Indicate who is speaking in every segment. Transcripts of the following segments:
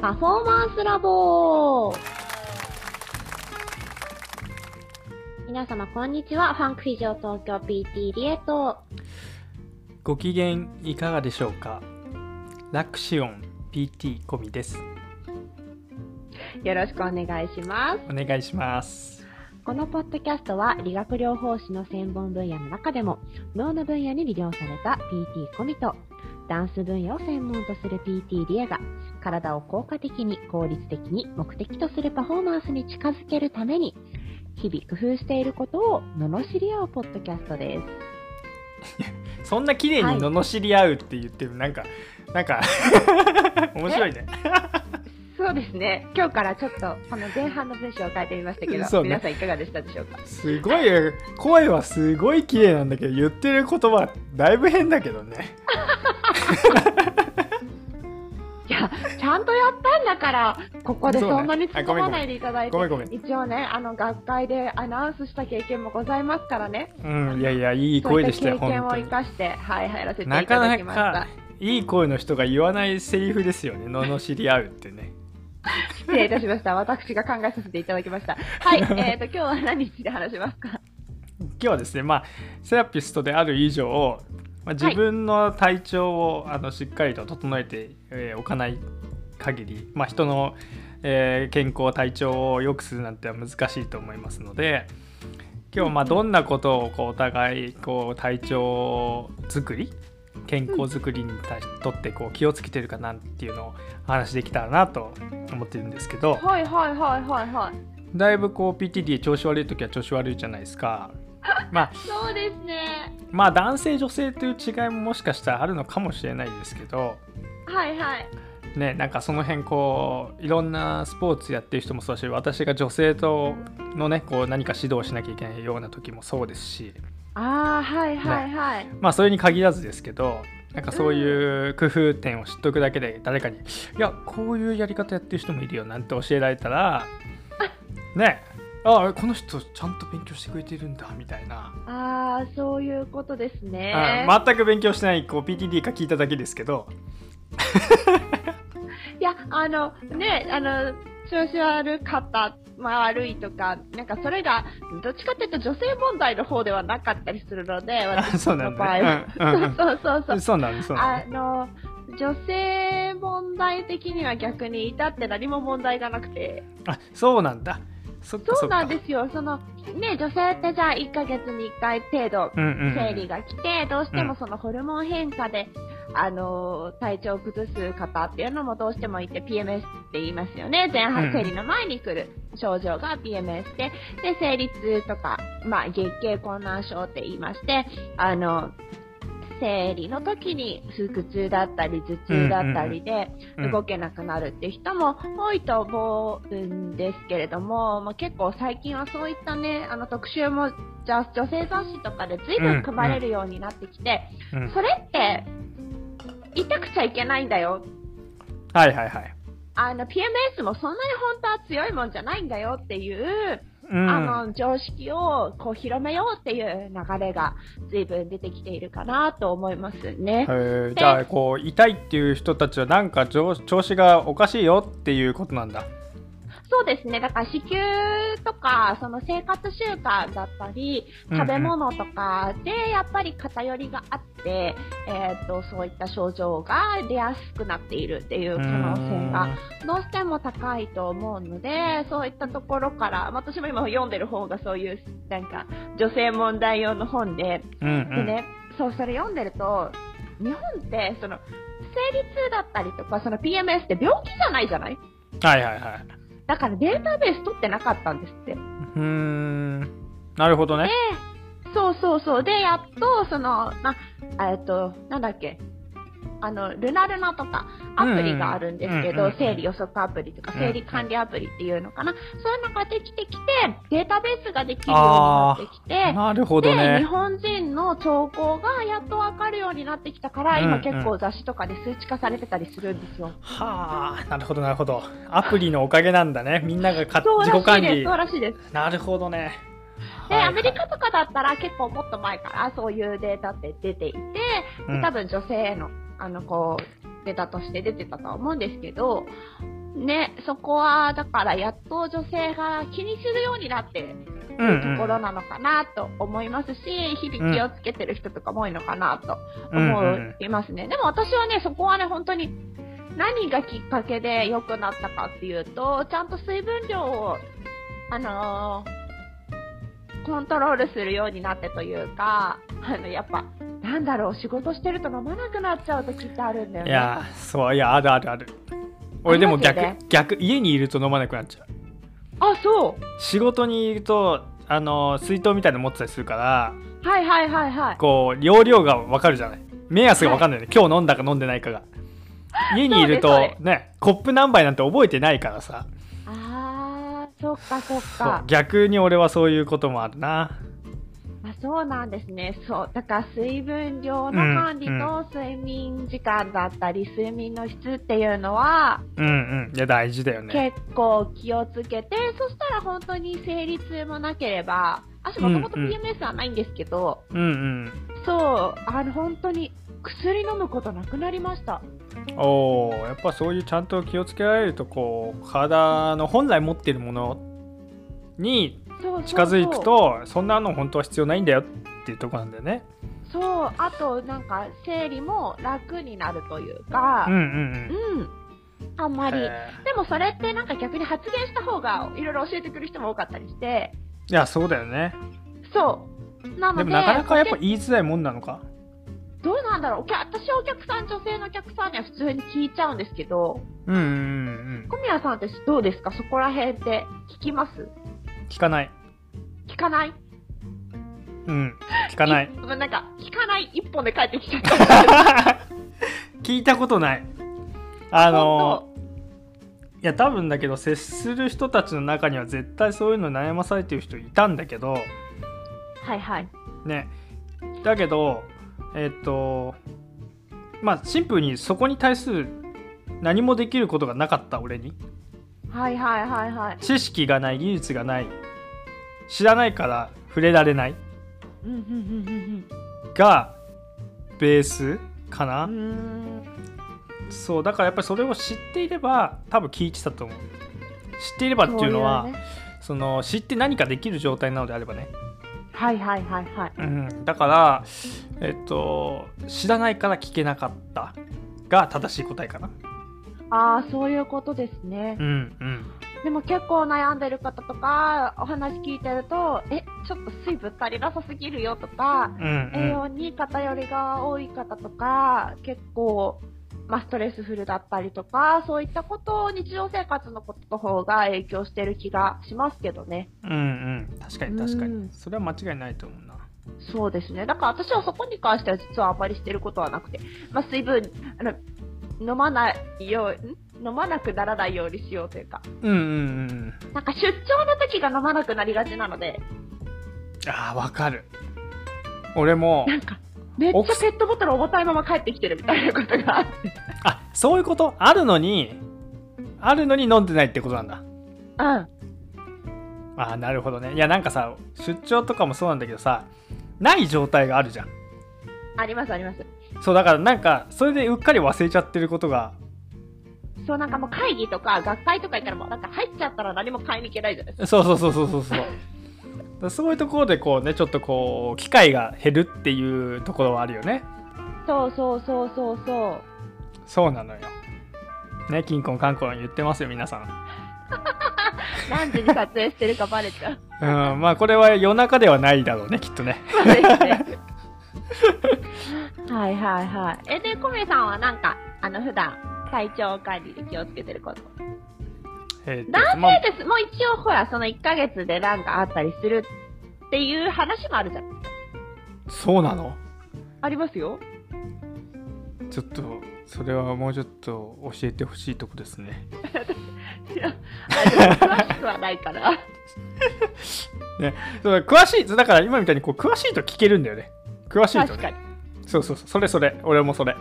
Speaker 1: パフォーマンスラボ皆様こんにちは。ファンクフィジオ東京 PT リエと
Speaker 2: ご機嫌いかがでしょうかラクシオン PT 込みです
Speaker 1: よろしくお願いします。
Speaker 2: お願いします
Speaker 1: このポッドキャストは理学療法士の専門分野の中でも脳の分野に利用された PT コミとダンス分野を専門とする PT リエが体を効果的に効率的に目的とするパフォーマンスに近づけるために日々工夫していることを罵り合うポッドキャストです。
Speaker 2: そんな綺麗
Speaker 1: はい
Speaker 2: に罵り合うって言ってる、なんかなん か面白いね
Speaker 1: そうですね今日からちょっとこの前半の文章を変えてみましたけど、
Speaker 2: そうね
Speaker 1: 皆さんいかがでしたでしょうか
Speaker 2: すごい声はすごい綺麗なんだけど言ってる言葉だいぶ変だけどね
Speaker 1: いやちゃんとやったんだからここで
Speaker 2: そうね
Speaker 1: そんなに突っ込まないでいただいて
Speaker 2: ごめんごめん
Speaker 1: 一応ねあの学会でアナウンスした経験もございますからね
Speaker 2: うんいやいやいい声でしたよ
Speaker 1: そういった経験
Speaker 2: 本
Speaker 1: を
Speaker 2: 当
Speaker 1: 生
Speaker 2: に
Speaker 1: かしてはい入らせていた
Speaker 2: なか
Speaker 1: だ
Speaker 2: な
Speaker 1: きました
Speaker 2: かいい声の人が言わないセリフですよね罵り合うってね
Speaker 1: 失礼いたしました私が考えさせていただきま したはいえーと今日は何について話しますか
Speaker 2: 今日はですね、まあ、セラピストである以上、ま
Speaker 1: は
Speaker 2: あ、
Speaker 1: い
Speaker 2: 自分の体調を、あのしっかりと整えて、えーおかない限り、まあ、人の、えー健康体調を良くするなんては難しいと思いますので今日まあどんなことをこうお互いこう体調作り健康づくりに対しとってこう気をつけてるかなんていうのをお話しできたらなと思ってるんですけど
Speaker 1: はいはいはいはいはい
Speaker 2: だいぶこう PTD 調子悪い時は調子悪いじゃないですか。まあ
Speaker 1: そうですね
Speaker 2: まあ男性女性という違いももしかしたらあるのかもしれないですけど
Speaker 1: はいはい
Speaker 2: ねなんかその辺こういろんなスポーツやってる人もそうだし私が女性とのねこう何か指導しなきゃいけないような時もそうですし
Speaker 1: ああはいはいはい、
Speaker 2: まあそれに限らずですけどなんかそういう工夫点を知っとくだけで誰かに「いやこういうやり方やってる人もいるよ」なんて教えられたらねあこの人ちゃんと勉強してくれてるんだみたいな、
Speaker 1: ああそういうことですね
Speaker 2: うん全く勉強してないこう PTD か聞いただけですけど
Speaker 1: いや、あの、ね、あの、調子悪かった、まあ、悪いとか、なんかそれが、どっちかっていうと女性問題の方ではなかったりするので、私
Speaker 2: あ そうな
Speaker 1: の
Speaker 2: ん
Speaker 1: 場合は
Speaker 2: だ、。うんうんうん
Speaker 1: そうそうそう。
Speaker 2: そうなんです、そうなん
Speaker 1: あ
Speaker 2: です。
Speaker 1: の、女性問題的には逆に至って何も問題がなくて、
Speaker 2: あ、そうなんだ。そっか
Speaker 1: そ
Speaker 2: そうっ
Speaker 1: なん
Speaker 2: か。
Speaker 1: ですよ。その、ね、女性ってじゃあ1ヶ月に1回程度、
Speaker 2: うんうんうん
Speaker 1: 生理が来て、どうして
Speaker 2: う
Speaker 1: も
Speaker 2: ん
Speaker 1: そのホルモン変化で、あのー、体調を崩す方っていうのもどうしてもいて、PMS って言いますよね。前
Speaker 2: う
Speaker 1: 半
Speaker 2: ん
Speaker 1: 生理の前に来る症状が PMS で、で、生理痛とか、まあ、月経困難症って言いまして、あの、生理の時に腹痛だったり、頭痛だったりで、
Speaker 2: うん
Speaker 1: 動けなくなるっていう人も多いと思うんですけれども、まあ、結構最近はそういったね、あの特集もじゃ女性雑誌とかで随分組まれるようになってきて、
Speaker 2: うん
Speaker 1: それって、痛くちゃいけないんだよ。
Speaker 2: はいはいはい。
Speaker 1: あの、PMS もそんなに本当は強いもんじゃないんだよっていう、
Speaker 2: うん、
Speaker 1: あの、常識をこう広めようっていう流れが随分出てきているかなと思いますね。
Speaker 2: へえじゃあこう痛いっていう人たちはなんか調調子がおかしいよっていうことなんだ。
Speaker 1: そうですね。だから子宮とか、その生活習慣だったり、
Speaker 2: うんうん
Speaker 1: 食べ物とかでやっぱり偏りがあって、えっ、と、そういった症状が出やすくなっているっていう可能性がどうしても高いと思うので、そういったところから、まあ私も今読んでる本がそういう、なんか、女性問題用の本で、
Speaker 2: うんうん
Speaker 1: でね、そう、それ読んでると、日本って、その、生理痛だったりとか、その PMS って病気じゃないじゃない
Speaker 2: はいはいはい。
Speaker 1: だからデータベース取ってなかったんですって。
Speaker 2: うーんなるほどね。
Speaker 1: そうそうそう。で、やっと、その、まあ、えっと、なんだっけ、あの、ルナルナとか、アプリがあるんですけ
Speaker 2: うんうんうん
Speaker 1: ど
Speaker 2: うん、
Speaker 1: 生理予測アプリとか、
Speaker 2: うん
Speaker 1: 生理管理アプリっていうのかな。そういうのができてきて、データベースができるようになってきて、
Speaker 2: なるほど
Speaker 1: で、日
Speaker 2: ね。
Speaker 1: 本人の兆候がやっとわかるようになってきたから、
Speaker 2: う
Speaker 1: 今
Speaker 2: ん
Speaker 1: 結構雑誌とかで数値化されてたりするんですよ。
Speaker 2: はあなるほどなるほど。アプリのおかげなんだね。みんながか
Speaker 1: そう
Speaker 2: 自己
Speaker 1: らし
Speaker 2: 管
Speaker 1: いです、
Speaker 2: 理
Speaker 1: そう。らしいです。
Speaker 2: なるほどね。
Speaker 1: で、
Speaker 2: はいはい
Speaker 1: アメリカとかだったら結構もっと前からそういうデータって出ていて、
Speaker 2: うん
Speaker 1: 多分女性への、あの、こう、データとして出てたとは思うんですけど、ね、そこは、だから、やっと女性が気にするようになってる
Speaker 2: うんうん
Speaker 1: ところなのかなと思いますし、日々気をつけてる人とかも多いのかなと思いますね。でも私はね、そこはね、本当に何がきっかけで良くなったかっていうと、ちゃんと水分量を、あのーコントロールするようになってというか、あの、やっぱ、なんだろう、仕事してると飲まなくなっちゃう時ってあるんだよ
Speaker 2: い
Speaker 1: ね。
Speaker 2: やーそういやあるあるある俺でも逆、
Speaker 1: ありますよ
Speaker 2: 逆家にいると飲まなくなっちゃう
Speaker 1: あ、そ
Speaker 2: 仕事にいるとあの水筒みたいなの持ってたりするから
Speaker 1: う。はいはいはいはい。
Speaker 2: こう容量が分かるじゃない目安が分かんな いね、今日飲んだか飲んでないかが家にいる
Speaker 1: そう
Speaker 2: と
Speaker 1: ですそ
Speaker 2: ねコップ何杯なんて覚えてないからさ
Speaker 1: あー、そっかそっ
Speaker 2: そ
Speaker 1: か
Speaker 2: う。逆に俺はそういうこともあるな
Speaker 1: あそうなんですね。そう。だから水分量の管理
Speaker 2: うんう
Speaker 1: と睡眠時間だったり、睡眠の質っていうのは
Speaker 2: うんうんいや大事だよね
Speaker 1: 結構気をつけて、そしたら本当に生理痛もなければ、私もともと
Speaker 2: うんうん
Speaker 1: PMS はないんですけど、
Speaker 2: うん
Speaker 1: そう、あの本当に薬飲むことなくなりました。
Speaker 2: うんおーやっぱそういうちゃんと気をつけられるとこう体の本来持ってるものに
Speaker 1: そうそうそう
Speaker 2: 近づいくとそんなの本当は必要ないんだよっていうとこなんだよね
Speaker 1: そう、あとなんか生理も楽になるというか
Speaker 2: うん、うん
Speaker 1: うん。あん
Speaker 2: う
Speaker 1: ま
Speaker 2: ん
Speaker 1: り
Speaker 2: へー
Speaker 1: でもそれってなんか逆に発言した方がいろいろ教えてくる人も多かったりして、
Speaker 2: いやそうだよね
Speaker 1: そう。なの
Speaker 2: で
Speaker 1: で、
Speaker 2: もなかなかやっぱ
Speaker 1: お客
Speaker 2: 言いづらいもんなのか
Speaker 1: どうなんだろうお客私はお客さん、女性のお客さんには普通に聞いちゃうんですけど、
Speaker 2: うんうんうん
Speaker 1: 小宮さんってどうですかそこら辺って聞きます
Speaker 2: うん聞かない
Speaker 1: 聞かない
Speaker 2: うん聞
Speaker 1: 聞
Speaker 2: かない
Speaker 1: なんか、聞かない一本で帰ってきちゃった。
Speaker 2: 聞いたことない あの
Speaker 1: 本
Speaker 2: いや多分だけど接する人たちの中には絶対そういうの悩まされてる人いたんだけど
Speaker 1: はいはい。
Speaker 2: ねだけどえっとまあシンプルにそこに対する何もできることがなかった俺に
Speaker 1: はいはいはいはい。
Speaker 2: 知識がない技術がない知らないから触れられない
Speaker 1: うんうんうん
Speaker 2: がベースかな、
Speaker 1: うんうん。うーん。
Speaker 2: そうだからやっぱりそれを知っていれば多分聞いてたと思う知っていればっていうのは
Speaker 1: そ
Speaker 2: そ
Speaker 1: ね
Speaker 2: の知って何かできる状態なのであればね、
Speaker 1: はいはいはいはい。
Speaker 2: うん、だからえっと知らないから聞けなかったが正しい答えかな
Speaker 1: ああ、そういうことですね
Speaker 2: う。んうん
Speaker 1: でも結構悩んでる方とかお話聞いてるとえちょっと水分足りなさすぎるよとか、
Speaker 2: うんう
Speaker 1: 栄
Speaker 2: ん
Speaker 1: 養に偏りが多い方とか結構、まあ、ストレスフルだったりとかそういったことを日常生活のことの方が影響してる気がしますけどね
Speaker 2: うんうん確かに確かに、
Speaker 1: うん
Speaker 2: それは間違いないと思うな
Speaker 1: そうですねだから私はそこに関しては実はあまりしてることはなくて、まあ、水分あの飲まないようん飲まなくならないようにしようというか
Speaker 2: うんうんうん
Speaker 1: なんか出張の時が飲まなくなりがちなので。
Speaker 2: あーわかる俺 も
Speaker 1: なんか、めっちゃペットボトル重たいまま帰ってきてるみたいなことがあって。
Speaker 2: あそういうことあるのにあるのに飲んでないってことなんだ
Speaker 1: うん。
Speaker 2: ああなるほどねいやなんかさ出張とかもそうなんだけどさない状態があるじゃん
Speaker 1: ありますあります。
Speaker 2: そうだからなんかそれでうっかり忘れちゃってることが
Speaker 1: そうなんかもう会議とか学会とか行ったらもうなんか入っちゃったら何も買いに行けないじゃないで
Speaker 2: そうそうそうそうそうそうだからそういうところでこうねちょっとこう機会が減るっていうところはあるよね
Speaker 1: すか。そうそうそうそうそう。
Speaker 2: そうなのよね金婚観光言ってますよ皆さん
Speaker 1: 何時に撮影してるかバレちゃ う。
Speaker 2: うんまあこれは夜中ではないだろうねきっとね
Speaker 1: そうですねはいはいはい。え、で、コメさんはなんか、あの、普段、体調管理で気をつけてること。
Speaker 2: えーっと
Speaker 1: 男
Speaker 2: まあ
Speaker 1: 性です。もう一応、ほら、その1ヶ月でなんかあったりするっていう話もあるじゃん。
Speaker 2: そうなの
Speaker 1: ありますよ。
Speaker 2: ちょっとそれはもうちょっと教えてほしいとこですね
Speaker 1: いや、あでも詳しくはない から。
Speaker 2: そう詳しいだから今みたいにこう詳しいと聞けるんだよね詳しいと
Speaker 1: 確か
Speaker 2: ね
Speaker 1: に。
Speaker 2: そうそうそうそれそれ俺もそれ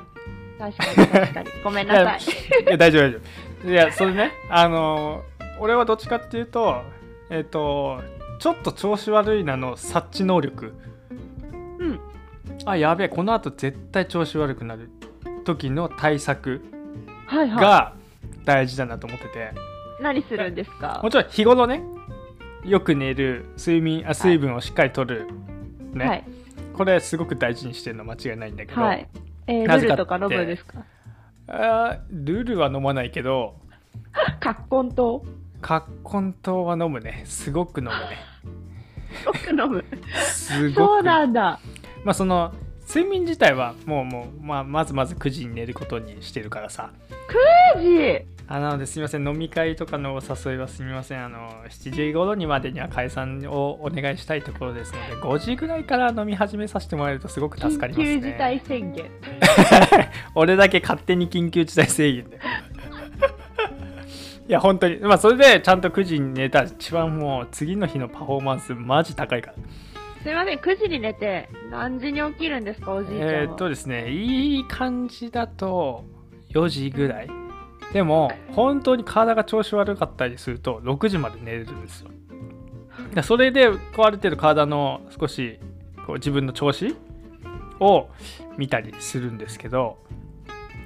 Speaker 1: 確かに、確かに。ごめんなさい。
Speaker 2: いや大 丈夫大丈夫いやそれねあのー俺はどっちかっていうとえっ、とちょっと調子悪いなの察知能力
Speaker 1: うん
Speaker 2: あやべえこのあと絶対調子悪くなる時の対策
Speaker 1: はいはい。
Speaker 2: が大事だなと思ってて
Speaker 1: 何するんですか
Speaker 2: もちろん日頃ねよく寝る睡眠あ水分をしっかりとる、ね、
Speaker 1: はい。
Speaker 2: これすごく大事にしてるの間違いないんだけど、
Speaker 1: はい。えー、
Speaker 2: なぜ
Speaker 1: ル
Speaker 2: かっ
Speaker 1: ルと
Speaker 2: て
Speaker 1: か飲むんですか
Speaker 2: あールールは飲まないけど
Speaker 1: 葛根糖。
Speaker 2: 葛根糖は飲むねすごく飲むね
Speaker 1: よく飲む。
Speaker 2: すごく
Speaker 1: そうなんだ。
Speaker 2: まあその睡眠自体はもうもう、まあ、まずまず9時に寝ることにしてるからさ
Speaker 1: マジ
Speaker 2: あなのですみません飲み会とかのお誘いはすみませんあの7時頃にまでには解散をお願いしたいところですので5時ぐらいから飲み始めさせてもらえるとすごく助かり
Speaker 1: 緊
Speaker 2: ます
Speaker 1: 急
Speaker 2: ね
Speaker 1: 事態宣言。
Speaker 2: 俺だけ勝手に緊急事態制限でいや本当にまあそれでちゃんと9時に寝たら一番もう次の日のパフォーマンスマジ高いから
Speaker 1: すいません、9時に寝て、何時に起きるんですか、おじいちゃんは。
Speaker 2: えーっとですねいい感じだと4時ぐらいでも本当に体が調子悪かったりすると6時まで寝れるんですよだからそれでこうある程度体の少しこう自分の調子を見たりするんですけど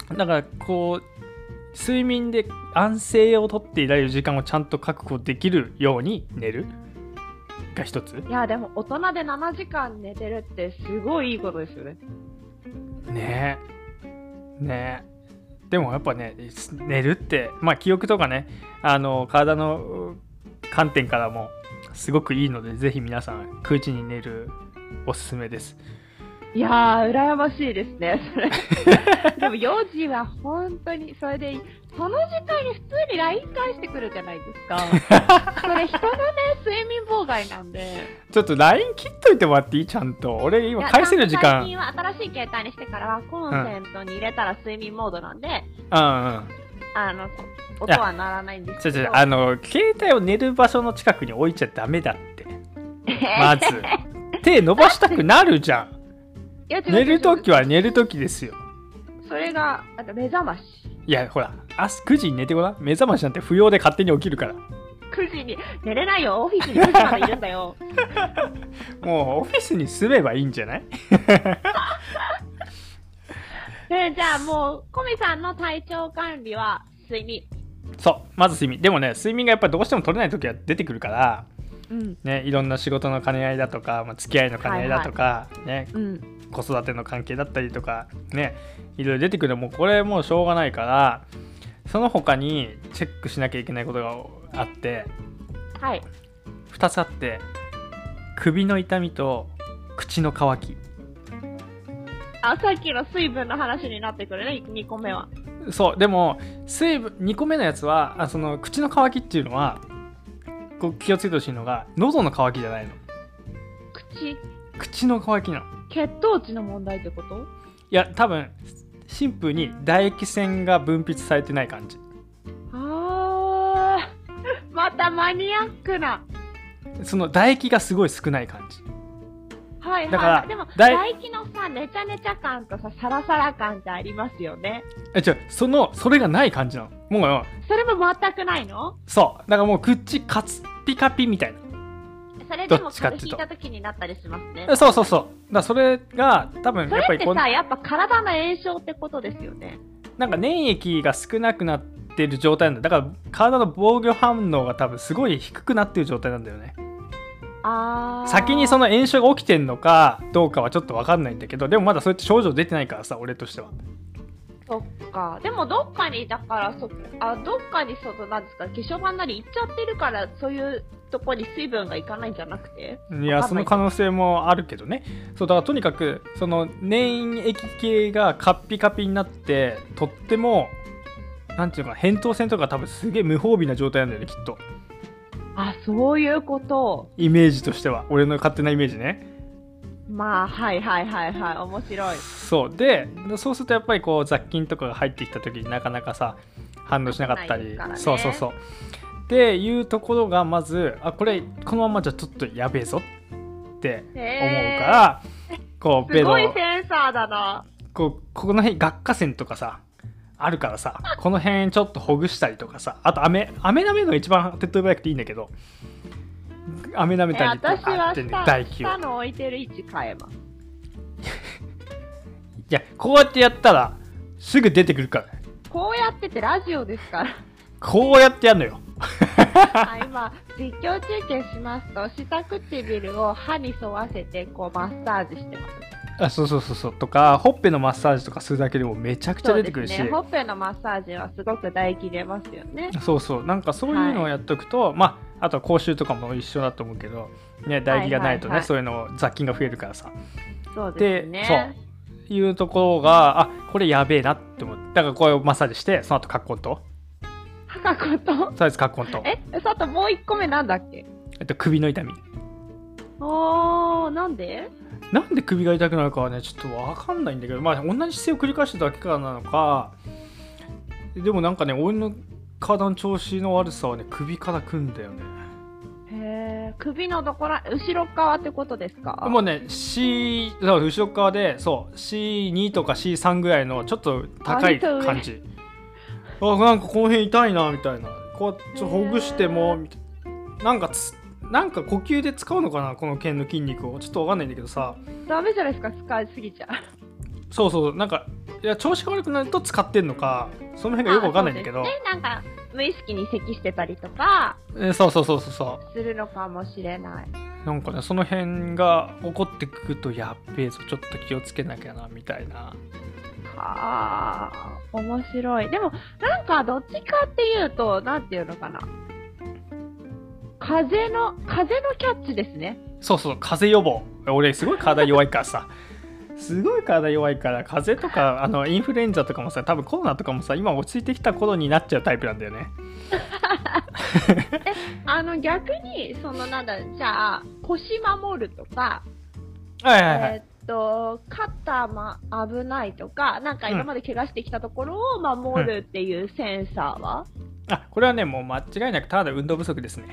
Speaker 2: だからこう睡眠で安静をとっていられる時間をちゃんと確保できるように寝るが一つ
Speaker 1: いや、でも大人で7時間寝てるってすごいいいことですよね。
Speaker 2: ねえねえでもやっぱねす寝るってまあ記憶とかねあの体のう観点からもすごくいいのでぜひ皆さん空地に寝るおすすめです
Speaker 1: いやー、羨ましいですね、そ れ。でも4時は本当に、それで、その時間に普通に LINE 返してくるじゃないですか。 それ人のね、睡眠妨害なんで。
Speaker 2: ちょっと LINE 切っといてもらっていいちゃんと俺今返せる時間
Speaker 1: いやなんか最近は新しい携帯にしてからはコンセントに入れたら睡眠モードなんで、
Speaker 2: うんうん
Speaker 1: あの、音は鳴らないんです
Speaker 2: ち
Speaker 1: け
Speaker 2: ょ
Speaker 1: ど。
Speaker 2: ちょ あの携帯を寝る場所の近くに置いちゃダメだって まず手伸ばしたくなるじゃん
Speaker 1: いや違う違う違う
Speaker 2: 寝るときは寝るときですよ
Speaker 1: それが、あと目覚まし。
Speaker 2: いやほら朝9時に寝てごらん目覚ましなんて不要で勝手に起きるから
Speaker 1: 9時に寝れないよ、オフィスに9時までいるんだよ。
Speaker 2: もうオフィスに住めばいいんじゃない
Speaker 1: ねじゃあもう、コミさんの体調管理は睡眠。
Speaker 2: そうまず睡眠でもね睡眠がやっぱどうしても取れない時は出てくるから、
Speaker 1: うん。
Speaker 2: ね、いろんな仕事の兼ね合いだとか、まあ、付き合いの兼ね合いだとか、ね、
Speaker 1: うん。
Speaker 2: 子育ての関係だったりとかねいろいろ出てくるのもうこれもうしょうがないからその他にチェックしなきゃいけないことがあって
Speaker 1: はい。
Speaker 2: 2つあって首の痛みと口の渇き
Speaker 1: あ、さっきの水分の話になってくるね、2個目は。
Speaker 2: そうでも水分2個目のやつはあその口の渇きっていうのはこう気をつけてほしいのが喉の渇きじゃないの
Speaker 1: 口、
Speaker 2: 口の渇きなの
Speaker 1: 血糖値の問題ってこと
Speaker 2: いや多分シンプルに唾液腺が分泌されてない感じ
Speaker 1: あー、 またマニアックな。
Speaker 2: その唾液がすごい少ない感じ
Speaker 1: はいはい。
Speaker 2: だから
Speaker 1: でも、
Speaker 2: だい
Speaker 1: 唾液のさ、ネチャネチャ感とさ、サラサラ感ってありますよね。
Speaker 2: え違うそのそれがない感じなのもう
Speaker 1: それも全くないの
Speaker 2: そうだからもう口カツピカピみたい
Speaker 1: それで
Speaker 2: ど
Speaker 1: も
Speaker 2: っちかっ
Speaker 1: 風
Speaker 2: ていう
Speaker 1: 邪
Speaker 2: と
Speaker 1: ひいた時になったりしますね
Speaker 2: な。そうそうそうだからそれが多分
Speaker 1: そ
Speaker 2: や
Speaker 1: れ
Speaker 2: っ
Speaker 1: っ
Speaker 2: ぱり
Speaker 1: て
Speaker 2: こう
Speaker 1: さ、やっぱ体の炎症ってことですよね。
Speaker 2: なんか粘液が少なくなってる状態なんだだから体の防御反応が多分すごい低くなってる状態なんだよね
Speaker 1: あー
Speaker 2: 先にその炎症が起きてんのかどうかはちょっと分かんないんだけどでもまだそうやって症状出てないからさ俺としては
Speaker 1: そっか。でもどっかに、だから、そあどっかに、その、なんですか、化粧板なり行っちゃってるから、そういうとこに水分がいかないんじゃなくて
Speaker 2: い
Speaker 1: わ
Speaker 2: や
Speaker 1: かん
Speaker 2: そ
Speaker 1: な
Speaker 2: の
Speaker 1: い
Speaker 2: 可能性もあるけどねそうだからとにかくその粘液系がカッピカピになってとってもなんていうのかな扁桃腺とか多分すげえ無防備な状態なんだよねきっと
Speaker 1: あ、そういうこと。
Speaker 2: イメージとしては俺の勝手なイメージね
Speaker 1: まあ、はいはいはいはい。面白い。
Speaker 2: そうでそうするとやっぱりこう雑菌とかが入ってきた時になかなかさ反応しなかった
Speaker 1: 良くないで
Speaker 2: り、
Speaker 1: すからね
Speaker 2: そうそうそうっていうところがまずあこれこのままじゃちょっとやべえぞって思
Speaker 1: へ
Speaker 2: う
Speaker 1: ー
Speaker 2: から、こうベ
Speaker 1: す
Speaker 2: ロ
Speaker 1: ごいセンサーだな。
Speaker 2: こうここの辺顎下腺とかさあるからさこの辺ちょっとほぐしたりとかさあと飴飴舐めるのが一番手っ取り早くていいんだけど飴舐め
Speaker 1: え
Speaker 2: たりと
Speaker 1: 私
Speaker 2: かあ
Speaker 1: は
Speaker 2: って
Speaker 1: 下,、
Speaker 2: ね唾液を
Speaker 1: 下の置いてる位置変えます。
Speaker 2: いやこうやってやったらすぐ出てくるから
Speaker 1: こうやっててラジオですから。
Speaker 2: こうやってやるのよ。
Speaker 1: はい、今、実況中継しますと、下唇を歯に沿わせて、こう、マッサージしてます。
Speaker 2: あそうそうそうそうとかほっぺのマッサージとかするだけでもめちゃくちゃ
Speaker 1: そう
Speaker 2: 出
Speaker 1: で
Speaker 2: てくるし
Speaker 1: すね。ほっぺのマッサージはすごく唾液出ますよね。
Speaker 2: そうそうなんかそういうのをやっとくと、まああとは口臭とかも一緒だと思うけど、ね、唾液がない
Speaker 1: はいは
Speaker 2: とね、
Speaker 1: いはい
Speaker 2: そういうの雑菌が増えるからさ
Speaker 1: そう
Speaker 2: で
Speaker 1: ですね。
Speaker 2: そういうところがあこれやべえなって思ってだからこれをマッサージしてその後カッコンと
Speaker 1: 歯かこと。
Speaker 2: とりあえずカッコンと、
Speaker 1: え、佐藤もう一個目なんだっけ
Speaker 2: えっと、首の痛み
Speaker 1: おー、なんで
Speaker 2: なんで首が痛くなるかはねちょっとわかんないんだけどまあ同じ姿勢を繰り返しただけからなのかでもなんかね俺の体の調子の悪さはね首からくんだよね
Speaker 1: へー、首のどこら、後ろ側ってことですか
Speaker 2: もうね C そう後ろ側でそう C2 とか C3 ぐらいのちょっと高
Speaker 1: 割
Speaker 2: い
Speaker 1: と上
Speaker 2: 感じあなんかこの辺痛いなみたいなこうちょっとほぐしてもみたいなんかつなんか呼吸で使うのかなこの腱の筋肉をちょっとわかんないんだけどさ
Speaker 1: ダメじゃないですか、使いすぎちゃう。
Speaker 2: そうそうなんかいや調子が悪くなると使ってんのかその辺が よくわかんないんだけど
Speaker 1: あそうですね、なんか、無意識に咳してたりとか、
Speaker 2: えそうそうそうそうそ
Speaker 1: するのかもしれない。
Speaker 2: うなんかねその辺が起こってくるとやっべえぞちょっと気をつけなきゃなみたいな
Speaker 1: はあ、面白い。でも、なんか、どっちかっていうと、なんていうのかな。風の、風のキャッチですね。
Speaker 2: そうそう風邪予防俺すごい体弱いからさ すごい体弱いから風邪とかあのインフルエンザとかもさ多分コロナとかもさ今落ち着いてきた頃になっちゃうタイプなんだよね
Speaker 1: あの、逆に、その、なんだ、じゃあ、腰守るとか、
Speaker 2: はいはいはい、
Speaker 1: えーっと、肩ま、危ないとか、なんか今まで怪我してきたところを守るっていうセンサーは、
Speaker 2: あこれはねもう間違いなくただ運動不足ですね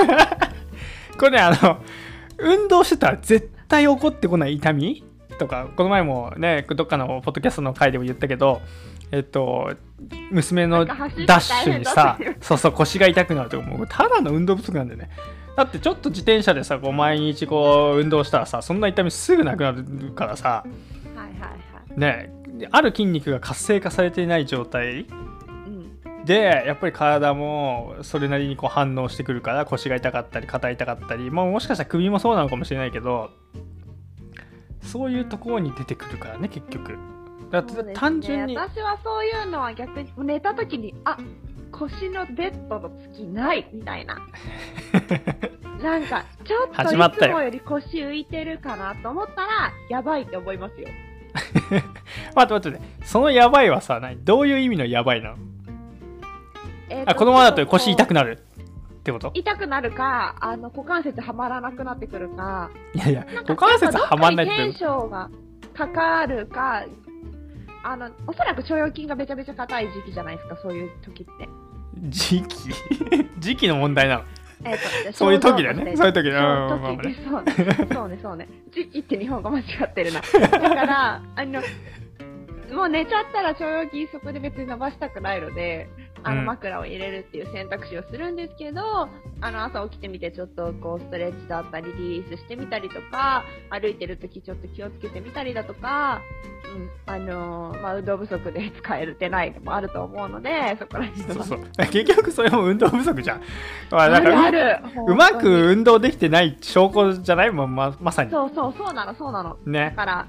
Speaker 2: これねあの運動してたら絶対起こってこない痛みとかこの前もねどっかのポッドキャストの回でも言ったけどえっと娘の
Speaker 1: なんか
Speaker 2: ダ
Speaker 1: 走って
Speaker 2: ッシュにさ
Speaker 1: 大変だっ
Speaker 2: そうそう腰が痛くなるとかもうただの運動不足なんだよねだってちょっと自転車でさこう毎日こう運動したらさそんな痛みすぐなくなるからさ
Speaker 1: はいはいはい。
Speaker 2: ねある筋肉が活性化されていない状態
Speaker 1: うん。
Speaker 2: でやっぱり体もそれなりにこう反応してくるから腰が痛かったり肩痛かったり、まあ、もしかしたら首もそうなのかもしれないけどそういうところに出てくるからね結局だって
Speaker 1: そうですね
Speaker 2: 単純に
Speaker 1: 私はそういうのは逆に、寝た時に、あ、腰のベッドの付きない、みたい な。なんか、ちょっと
Speaker 2: 始まっ
Speaker 1: い
Speaker 2: た
Speaker 1: つ
Speaker 2: よ
Speaker 1: もより腰浮いてるかなと思ったら、やばいって思いますよ。
Speaker 2: 待って待ってねそのやばいはさ何どういう意味のやばいなの
Speaker 1: えーっと
Speaker 2: あこのままだと腰痛く
Speaker 1: な
Speaker 2: なるってこと
Speaker 1: 痛くなるか、あの、股関節はまらなくなってくるか、
Speaker 2: いやいや股関節はまんないっ
Speaker 1: テン
Speaker 2: て
Speaker 1: ションがかかるか、あの、おそらく腸腰筋がめちゃめちゃ硬い時期じゃないですか、そういう時って。
Speaker 2: 時期 時期の問題なの
Speaker 1: えーと
Speaker 2: そういう時だよねそういう時だよ
Speaker 1: そう
Speaker 2: うん
Speaker 1: 時そうね、そうね、そうね。時期って日本語間違って るな。だから、あの、もう寝ちゃったら腸腰筋そこで別に伸ばしたくないので、あ
Speaker 2: う
Speaker 1: の
Speaker 2: ん
Speaker 1: 枕を入れるっていう選択肢をするんですけど、あの朝起きてみてちょっとこうストレッチだったりリリースしてみたりとか、歩いてる時ちょっと気をつけてみたりだとか、うん、あのーまあ、運動不足で使えてないのもあると思うので、そこら辺は。
Speaker 2: そうそう結局それも運動不足じゃん,、まあ、
Speaker 1: あ
Speaker 2: なん
Speaker 1: る
Speaker 2: か
Speaker 1: ある。
Speaker 2: うま
Speaker 1: 本当に
Speaker 2: く運動できてない証拠じゃないもんままさに
Speaker 1: そうそう、そうなの、そうなの。だ
Speaker 2: ね
Speaker 1: から、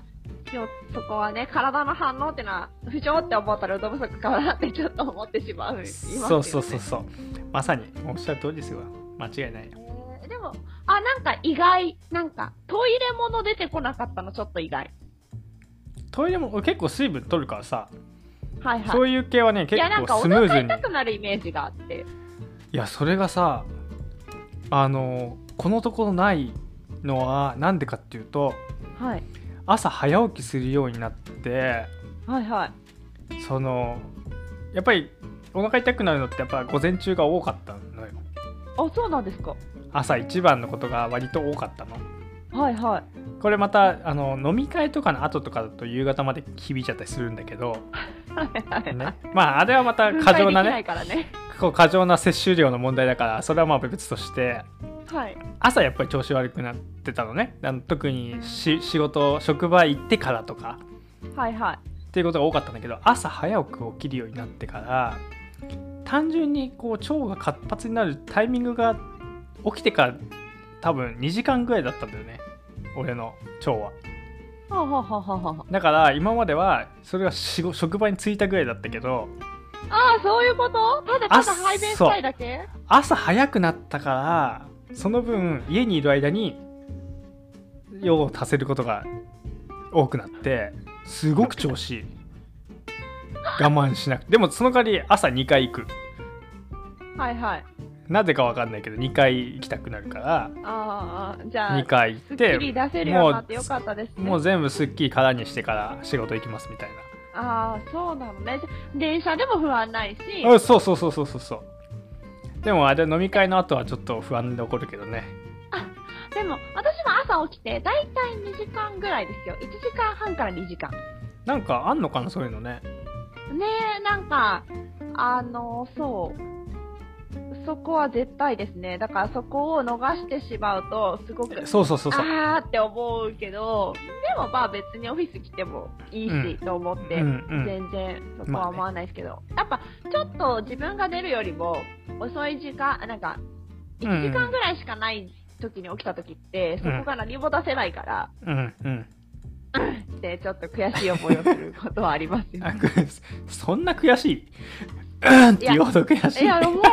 Speaker 1: 今日そこはね、体の反応ってのは、不調って思ったら運動不足かなってちょっと思ってしまう。いますよね
Speaker 2: そうそうそうそうまさにおっしゃる通りですよ間違いないよ
Speaker 1: えーでも、あ、なんか意外、なんか、トイレ物出てこなかったのちょっと意外。
Speaker 2: トイレも俺結構水分取るからさ、
Speaker 1: はいはい。
Speaker 2: そういう系はね
Speaker 1: い
Speaker 2: 結
Speaker 1: や、なんか
Speaker 2: 構
Speaker 1: お
Speaker 2: スムーズ
Speaker 1: 腹
Speaker 2: に
Speaker 1: 痛くなるイメージがあって。
Speaker 2: いやそれがさあのこのところないのはなんでかっていうと
Speaker 1: はい。
Speaker 2: 朝早起きするようになって
Speaker 1: はいはい。
Speaker 2: そのやっぱりお腹痛くなるのってやっぱ午前中が多かったのよ
Speaker 1: あ、そうなんですか。
Speaker 2: 朝一番のことが割と多かったの
Speaker 1: はいはい。
Speaker 2: これまたあの飲み会とかの後とかだと夕方まで響いちゃったりするんだけど、ね、まああれはまた過剰な
Speaker 1: 分解できない
Speaker 2: ね
Speaker 1: からね。
Speaker 2: こう過剰な摂取量の問題だからそれはまあ別として
Speaker 1: はい。
Speaker 2: 朝やっぱり調子悪くなってたのねあの特にし仕事職場行ってからとか
Speaker 1: はいはい。
Speaker 2: っていうことが多かったんだけど朝早く起きるようになってから単純にこう腸が活発になるタイミングが起きてから多分2時間ぐらいだったんだよね俺の腸は
Speaker 3: はあはあはあはあは
Speaker 2: だから今まではそれが仕事職場に着いたぐらいだったけど
Speaker 1: ああ、そういうことただた
Speaker 2: あ
Speaker 1: だ排便したいだけ
Speaker 2: 朝早くなったからその分家にいる間に用を足せることが多くなってすごく調子いい我慢しなくてでもその代わり朝2回行く
Speaker 1: はいはい。
Speaker 2: なぜかわかんないけど2回行きたくなるから
Speaker 1: ああ、じゃあ
Speaker 2: 2、回
Speaker 1: す
Speaker 2: 行
Speaker 1: っ
Speaker 2: っ
Speaker 1: きり
Speaker 2: て
Speaker 1: 出せるようになってよかったですね。
Speaker 2: もう全部すっきり空にしてから仕事行きますみたい
Speaker 1: ああ、そうなのね。じゃ電車でも不安ないし、
Speaker 2: なうんそうそうそうそうそうそうでもあれ飲み会の後はちょっと不安で残るけどね
Speaker 1: でも私も朝起きて、だいたい2時間ぐらいですよ。1時間半から2時間。
Speaker 2: なんかあんのかなそういうのね
Speaker 1: ねえ、なんか、あの、そう。そこは絶対ですね。だからそこを逃してしまうと、すごく、
Speaker 2: そうそうそうそう
Speaker 1: あーって思うけど、でもまあ別にオフィス来てもいいし、
Speaker 2: うん
Speaker 1: と思って、
Speaker 2: うんうん
Speaker 1: 全然そこは思わないですけど、やっぱちょっと自分が出るよりも遅い時間、なんか
Speaker 2: うん
Speaker 1: 1時間ぐらいしかない時に起きた時って、そこが何も出せないから、
Speaker 2: うんうん
Speaker 1: でちょっと悔しい思いをすることはありますよ
Speaker 2: あ。くそんな悔しいうんって言うほど悔しい
Speaker 1: い
Speaker 2: い
Speaker 1: や、
Speaker 2: や
Speaker 1: もう、もう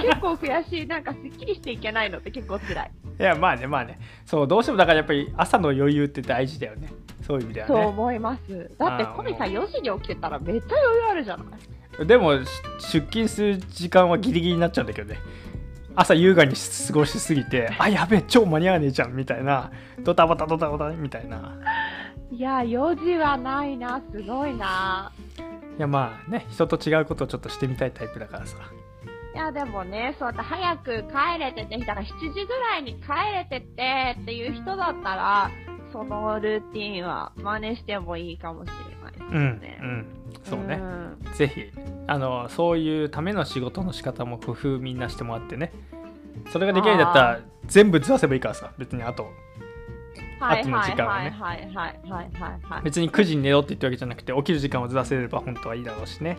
Speaker 1: 結構悔しい。なんか、すっきりしていけないのって結構辛い。
Speaker 2: まあねまあねそうどうしてもだからやっぱり朝の余裕って大事だよねそういう意味では
Speaker 1: と
Speaker 2: ね
Speaker 1: 思います。だって、
Speaker 2: あー
Speaker 1: コミさん4時に起きてたらめっちゃ余裕あるじゃない
Speaker 2: でもし出勤する時間はギリギリになっちゃうんだけどね朝優雅に過ごしすぎ てあやべえ超間に合わねえじゃんみたいなドタバタドタバタみたいない
Speaker 1: や、4時はないな、すごいな。
Speaker 2: いやまあね人と違うことをちょっとしてみたいタイプだからさ
Speaker 1: いや、でもね、そうやって早く帰れてて、だから7時ぐらいに帰れててっていう人だったら、そのルーティンは真似してもいいかもしれないで
Speaker 2: うんう
Speaker 1: すね。
Speaker 2: んそうね
Speaker 1: ん
Speaker 2: ぜひあのそういうための仕事の仕方も工夫みんなしてもらってねそれができないんだった
Speaker 1: あ
Speaker 2: ら全部ずらせばいいからさ別にあと
Speaker 1: はい
Speaker 2: あとの
Speaker 1: はい
Speaker 2: 時間は
Speaker 1: は
Speaker 2: ね
Speaker 1: いはいはいはいはいはい。
Speaker 2: 別に9時に寝ろって言ってるわけじゃなくて起きる時間をずらせれば本当はいいだろうしね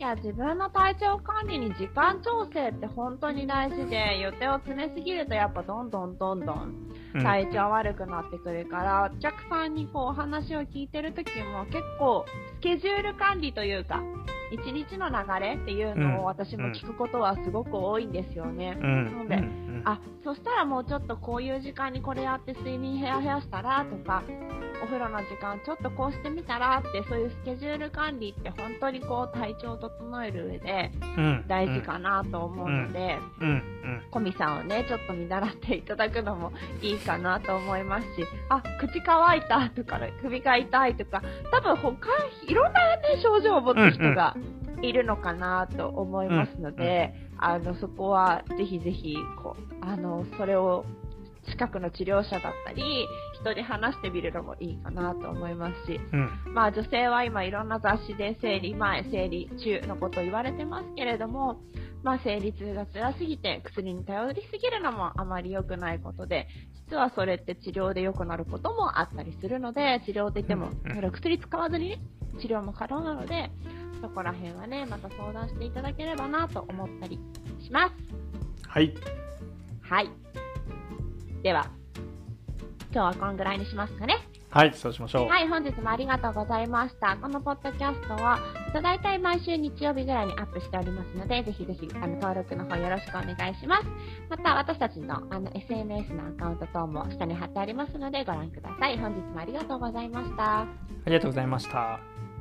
Speaker 1: いや、自分の体調管理に時間調整って本当に大事で、予定を詰めすぎるとやっぱどんどんどんどん
Speaker 2: うん
Speaker 1: 体調悪くなってくるから、お客さんにこうお話を聞いてる時も結構スケジュール管理というか、一日の流れっていうの
Speaker 2: うん
Speaker 1: を私も聞くことはすごく多いんですよね。
Speaker 2: うん
Speaker 1: なの
Speaker 2: う
Speaker 1: で
Speaker 2: ん
Speaker 1: あ、そしたらもうちょっとこういう時間にこれやって睡眠ヘアヘアしたらとか、お風呂の時間ちょっとこうしてみたらって、そういうスケジュール管理って本当にこう体調を整える上で
Speaker 2: うん
Speaker 1: 大事かなと思うので、
Speaker 2: うんうん
Speaker 1: コミさんをね、ちょっと見習っていただくのもいいかなと思いますし、あ、口乾いたとか、首が痛いとか、多分他、いろんなね、症状を持つ人がいるのかなと思いますので、あの、そこはぜひぜひ、こう、あの、それを近くの治療者だったり、人に話してみるのもいいかなと思いますし、
Speaker 2: うん
Speaker 1: まあ女性は今いろんな雑誌で生理前、生理中のことを言われてますけれども、まあ生理痛が辛すぎて薬に頼りすぎるのもあまり良くないことで、実はそれって治療で良くなることもあったりするので、治療って言っても、
Speaker 2: うん
Speaker 1: それは薬使わずにね、治療も可能なので、そこら辺はね、また相談していただければなと思ったりします。
Speaker 2: はい
Speaker 1: はい。では、今日はこんぐらいにしますかね。
Speaker 2: はいそうしましょう
Speaker 1: はい、本日もありがとうございました。このポッドキャストは、だいたい毎週日曜日ぐらいにアップしておりますので、ぜひぜひ、あの、登録の方よろしくお願いします。また、私たちの、あの、SNS のアカウント等も下に貼ってありますので、ご覧ください。本日もありがとうございました。
Speaker 2: ありがとうございました